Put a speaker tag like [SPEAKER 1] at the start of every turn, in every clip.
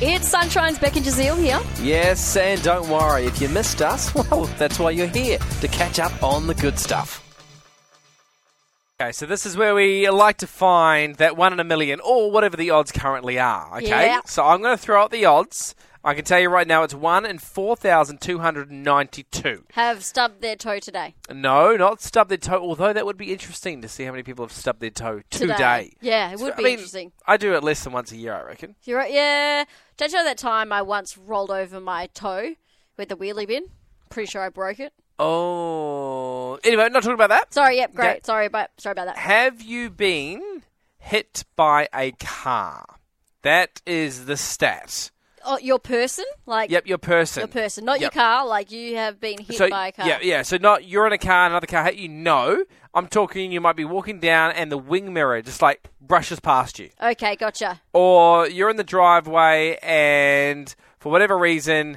[SPEAKER 1] It's Sunshine's Becky Jazeel here.
[SPEAKER 2] Yes, and don't worry, if you missed us, well, that's why you're here, to catch up on the good stuff.
[SPEAKER 3] Okay, so this is where we like to find that one in a million, or whatever the odds currently are. Okay,
[SPEAKER 1] Yeah.
[SPEAKER 3] so I'm going to throw out the odds. I can tell you right now, it's one in four thousand two hundred ninety-two.
[SPEAKER 1] Have stubbed their toe today.
[SPEAKER 3] No, not stub their toe. Although that would be interesting to see how many people have stubbed their toe today.
[SPEAKER 1] Today. Yeah, it would be
[SPEAKER 3] I mean,
[SPEAKER 1] interesting.
[SPEAKER 3] I do it less than once a year, I reckon.
[SPEAKER 1] You're right. Yeah. Don't you know that time I once rolled over my toe with the wheelie bin? Pretty sure I broke it.
[SPEAKER 3] Oh, anyway, not talking about that.
[SPEAKER 1] Sorry. Yep. Great.
[SPEAKER 3] Okay.
[SPEAKER 1] Sorry about sorry about that.
[SPEAKER 3] Have you been hit by a car? That is the stat.
[SPEAKER 1] Oh, your person, like
[SPEAKER 3] Yep, your person.
[SPEAKER 1] your person, not
[SPEAKER 3] Yep.
[SPEAKER 1] your car. Like you have been hit
[SPEAKER 3] So,
[SPEAKER 1] by a car.
[SPEAKER 3] Yeah, yeah. So not you're in a car, another car hit you. No, I'm talking. You might be walking down, and the wing mirror just like brushes past you,
[SPEAKER 1] Okay. Gotcha.
[SPEAKER 3] or you're in the driveway, and for whatever reason,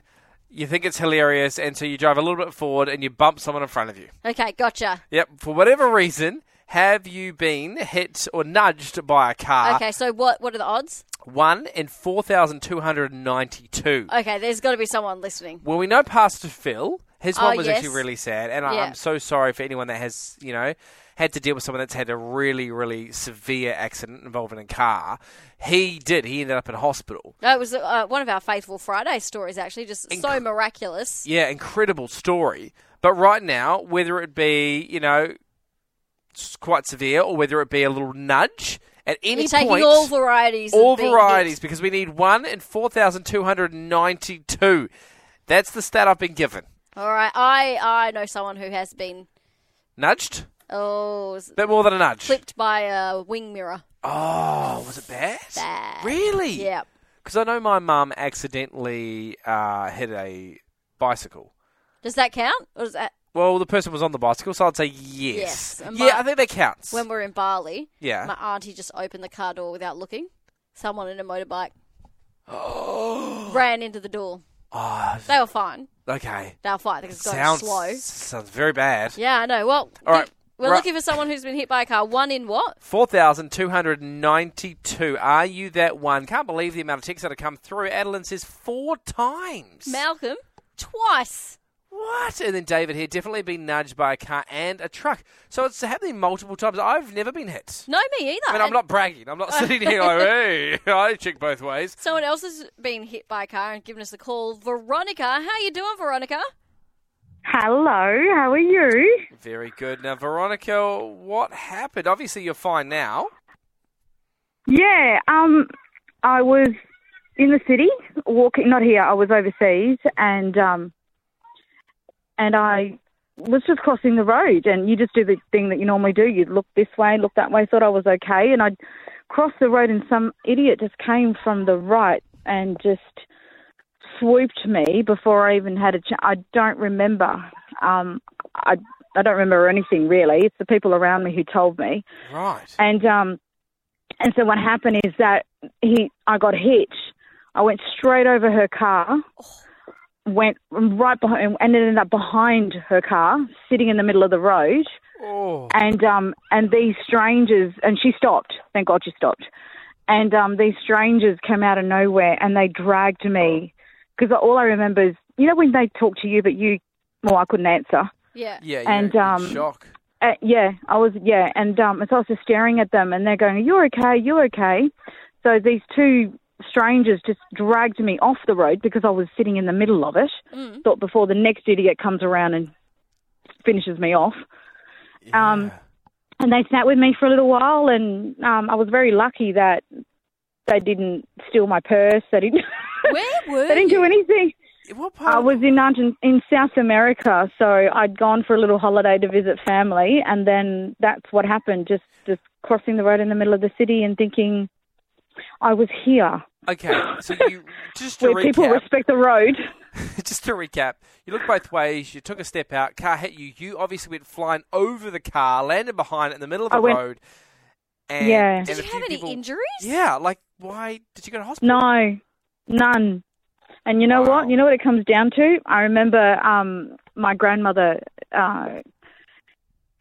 [SPEAKER 3] you think it's hilarious, and so you drive a little bit forward, and you bump someone in front of you.
[SPEAKER 1] Okay. Gotcha.
[SPEAKER 3] Yep. For whatever reason, have you been hit or nudged by a car?
[SPEAKER 1] Okay. So what? What are the odds?
[SPEAKER 3] One in four thousand two hundred ninety-two.
[SPEAKER 1] Okay. There's got to be someone listening.
[SPEAKER 3] Well, we know Pastor Phil. His
[SPEAKER 1] Oh,
[SPEAKER 3] one was
[SPEAKER 1] yes.
[SPEAKER 3] actually really sad, and I,
[SPEAKER 1] Yeah.
[SPEAKER 3] I'm so sorry for anyone that has, you know, had to deal with someone that's had a really, really severe accident involving a car. He did. He ended up in hospital.
[SPEAKER 1] No, it was uh, one of our faithful Friday stories. Actually, just so miraculous.
[SPEAKER 3] Yeah, incredible story. But right now, whether it be, you know, s- quite severe or whether it be a little nudge, at any
[SPEAKER 1] You're taking
[SPEAKER 3] point,
[SPEAKER 1] all varieties. of
[SPEAKER 3] all
[SPEAKER 1] being
[SPEAKER 3] varieties,
[SPEAKER 1] hit.
[SPEAKER 3] because we need one in 4,292. That's the stat I've been given.
[SPEAKER 1] All right. I I know someone who has been
[SPEAKER 3] Nudged?
[SPEAKER 1] oh s-
[SPEAKER 3] Bit more than a nudge.
[SPEAKER 1] clipped by a wing mirror.
[SPEAKER 3] Oh, was it bad?
[SPEAKER 1] Bad.
[SPEAKER 3] Really?
[SPEAKER 1] Yeah.
[SPEAKER 3] Because I know my mum accidentally uh, hit a bicycle.
[SPEAKER 1] Does that count? Or is that
[SPEAKER 3] Well, the person was on the bicycle, so I'd say yes.
[SPEAKER 1] Yes, and
[SPEAKER 3] Yeah,
[SPEAKER 1] my-
[SPEAKER 3] I think that counts.
[SPEAKER 1] when we're in Bali?
[SPEAKER 3] Yeah.
[SPEAKER 1] My auntie just opened the car door without looking. Someone in a motorbike ran into the door.
[SPEAKER 3] oh,
[SPEAKER 1] They were fine.
[SPEAKER 3] okay.
[SPEAKER 1] They were fine because it's going
[SPEAKER 3] Sounds
[SPEAKER 1] slow.
[SPEAKER 3] sounds very bad.
[SPEAKER 1] Yeah, I know. Well,
[SPEAKER 3] All right.
[SPEAKER 1] we're
[SPEAKER 3] Right.
[SPEAKER 1] looking for someone who's been hit by a car. One in what?
[SPEAKER 3] Four thousand two hundred ninety-two. Are you that one? Can't believe the amount of texts that have come through. Adeline says four times.
[SPEAKER 1] Malcolm, twice.
[SPEAKER 3] What? And then David here definitely been nudged by a car and a truck. So it's happening multiple times. I've never been hit.
[SPEAKER 1] No, me either.
[SPEAKER 3] I mean, I'm not bragging. I'm not sitting here like, hey, I check both ways.
[SPEAKER 1] Someone else has been hit by a car and given us a call. Veronica, how you doing, Veronica?
[SPEAKER 4] Hello, how are you?
[SPEAKER 3] Very good. Now, Veronica, what happened? Obviously, you're fine now.
[SPEAKER 4] Yeah, um, I was in the city walking, not here, I was overseas, and um, and I was just crossing the road, and you just do the thing that you normally do. You look this way, look that way. Thought I was okay, and I crossed the road, and some idiot just came from the right and just swooped me before I even had a chance. I don't remember. Um, I I don't remember anything really. It's the people around me who told me.
[SPEAKER 3] Right.
[SPEAKER 4] And um, and so what happened is that he, I got hit. I went straight over her car, went right behind, and ended up behind her car, sitting in the middle of the road.
[SPEAKER 3] Oh,
[SPEAKER 4] And um, and these strangers, and she stopped. Thank God she stopped. And um, these strangers came out of nowhere and they dragged me because all I remember is you know when they talk to you, but you, well, I couldn't answer.
[SPEAKER 1] Yeah.
[SPEAKER 3] yeah.
[SPEAKER 4] and,
[SPEAKER 3] you're in
[SPEAKER 4] um,
[SPEAKER 3] shock.
[SPEAKER 4] Uh, yeah, I was. Yeah, and um, and so I was just staring at them, and they're going, "You're okay, you're okay." So these two strangers just dragged me off the road because I was sitting in the middle of it.
[SPEAKER 1] Mm.
[SPEAKER 4] Thought before the next idiot comes around and finishes me off. Um, and they sat with me for a little while, and um, I was very lucky that they didn't steal my purse. They didn't.
[SPEAKER 1] Where were
[SPEAKER 4] they didn't
[SPEAKER 1] you?
[SPEAKER 4] do anything.
[SPEAKER 3] What part?
[SPEAKER 4] I was in Argent- in South America, so I'd gone for a little holiday to visit family, and then that's what happened. Just just crossing the road in the middle of the city and thinking I was here,
[SPEAKER 3] Okay, so you just to
[SPEAKER 4] where people
[SPEAKER 3] recap,
[SPEAKER 4] respect the road.
[SPEAKER 3] just to recap, you looked both ways. You took a step out. Car hit you. You obviously went flying over the car, landed behind it in the middle of
[SPEAKER 4] I
[SPEAKER 3] the
[SPEAKER 4] went-
[SPEAKER 3] road. And,
[SPEAKER 4] Yeah.
[SPEAKER 3] and
[SPEAKER 1] Did
[SPEAKER 3] a
[SPEAKER 1] you
[SPEAKER 3] few
[SPEAKER 1] have any
[SPEAKER 3] people-
[SPEAKER 1] injuries?
[SPEAKER 3] Yeah, like why did you go to hospital?
[SPEAKER 4] No, none. And you know
[SPEAKER 3] Wow.
[SPEAKER 4] what? You know what it comes down to? I remember um, my grandmother. Uh,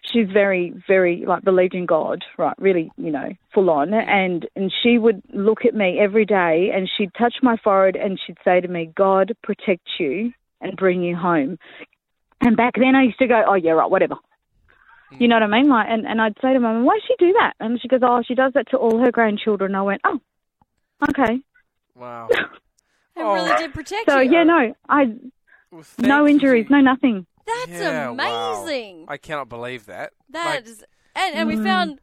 [SPEAKER 4] she's very, very like believed in God, right? Really, you know, full on. And and she would look at me every day, and she'd touch my forehead, and she'd say to me, "God protect you and bring you home." And back then, I used to go, "Oh yeah, right, whatever." You know what I mean? Like, and and I'd say to my mum, "Why does she do that?" And she goes, "Oh, she does that to all her grandchildren." I went, "Oh, okay."
[SPEAKER 3] Wow.
[SPEAKER 1] It
[SPEAKER 3] Oh.
[SPEAKER 1] really did protect
[SPEAKER 4] So
[SPEAKER 1] you.
[SPEAKER 4] yeah, no, I
[SPEAKER 3] Well,
[SPEAKER 4] no
[SPEAKER 3] thank
[SPEAKER 4] injuries,
[SPEAKER 3] you.
[SPEAKER 4] no nothing.
[SPEAKER 1] That's
[SPEAKER 3] Yeah, wow.
[SPEAKER 1] amazing.
[SPEAKER 3] I cannot believe that. Like,
[SPEAKER 1] That is, and, and
[SPEAKER 4] Mm-hmm.
[SPEAKER 1] we found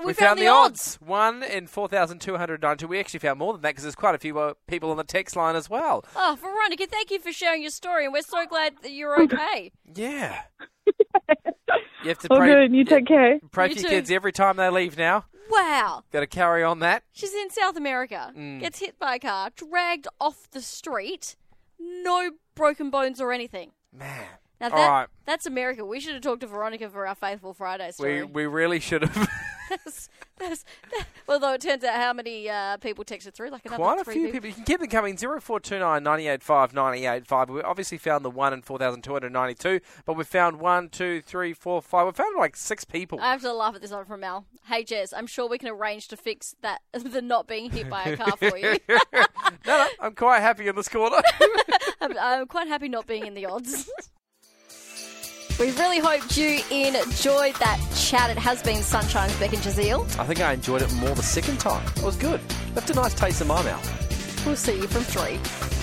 [SPEAKER 1] we,
[SPEAKER 3] we, found, the odds. One in 4,292. We actually found more than that because there's quite a few uh, people on the text line as well.
[SPEAKER 1] Oh, Veronica, thank you for sharing your story, and we're so glad that you're okay.
[SPEAKER 3] Yeah. you have to
[SPEAKER 4] All
[SPEAKER 3] pray,
[SPEAKER 4] good. You take care.
[SPEAKER 3] pray
[SPEAKER 1] You
[SPEAKER 3] for
[SPEAKER 1] too.
[SPEAKER 3] your kids every time they leave now.
[SPEAKER 1] wow,
[SPEAKER 3] Got to carry on that.
[SPEAKER 1] she's in South America,
[SPEAKER 3] Mm.
[SPEAKER 1] gets hit by a car, dragged off the street, no broken bones or anything.
[SPEAKER 3] Man.
[SPEAKER 1] Now that
[SPEAKER 3] All right.
[SPEAKER 1] that's America. We should have talked to Veronica for our Faithful Friday
[SPEAKER 3] We,
[SPEAKER 1] story.
[SPEAKER 3] we really should have.
[SPEAKER 1] that's, that's, that, although it turns out how many uh, people texted through, like another
[SPEAKER 3] Quite a
[SPEAKER 1] three
[SPEAKER 3] few people. You can keep them coming. 0429 985 985. We obviously found the one in 4,292, but we found one, two, three, four, five. We found like six people.
[SPEAKER 1] I have to laugh at this one from Mel. Hey Jez, I'm sure we can arrange to fix that the not being hit by a car for you.
[SPEAKER 3] no, no, I'm quite happy in this corner.
[SPEAKER 1] I'm, I'm quite happy not being in the odds. We really hoped you enjoyed that chat. It has been Sunshine's Beck and Jazeel.
[SPEAKER 2] I think I enjoyed it more the second time. It was good. Left a nice taste in my mouth.
[SPEAKER 1] We'll see you from three.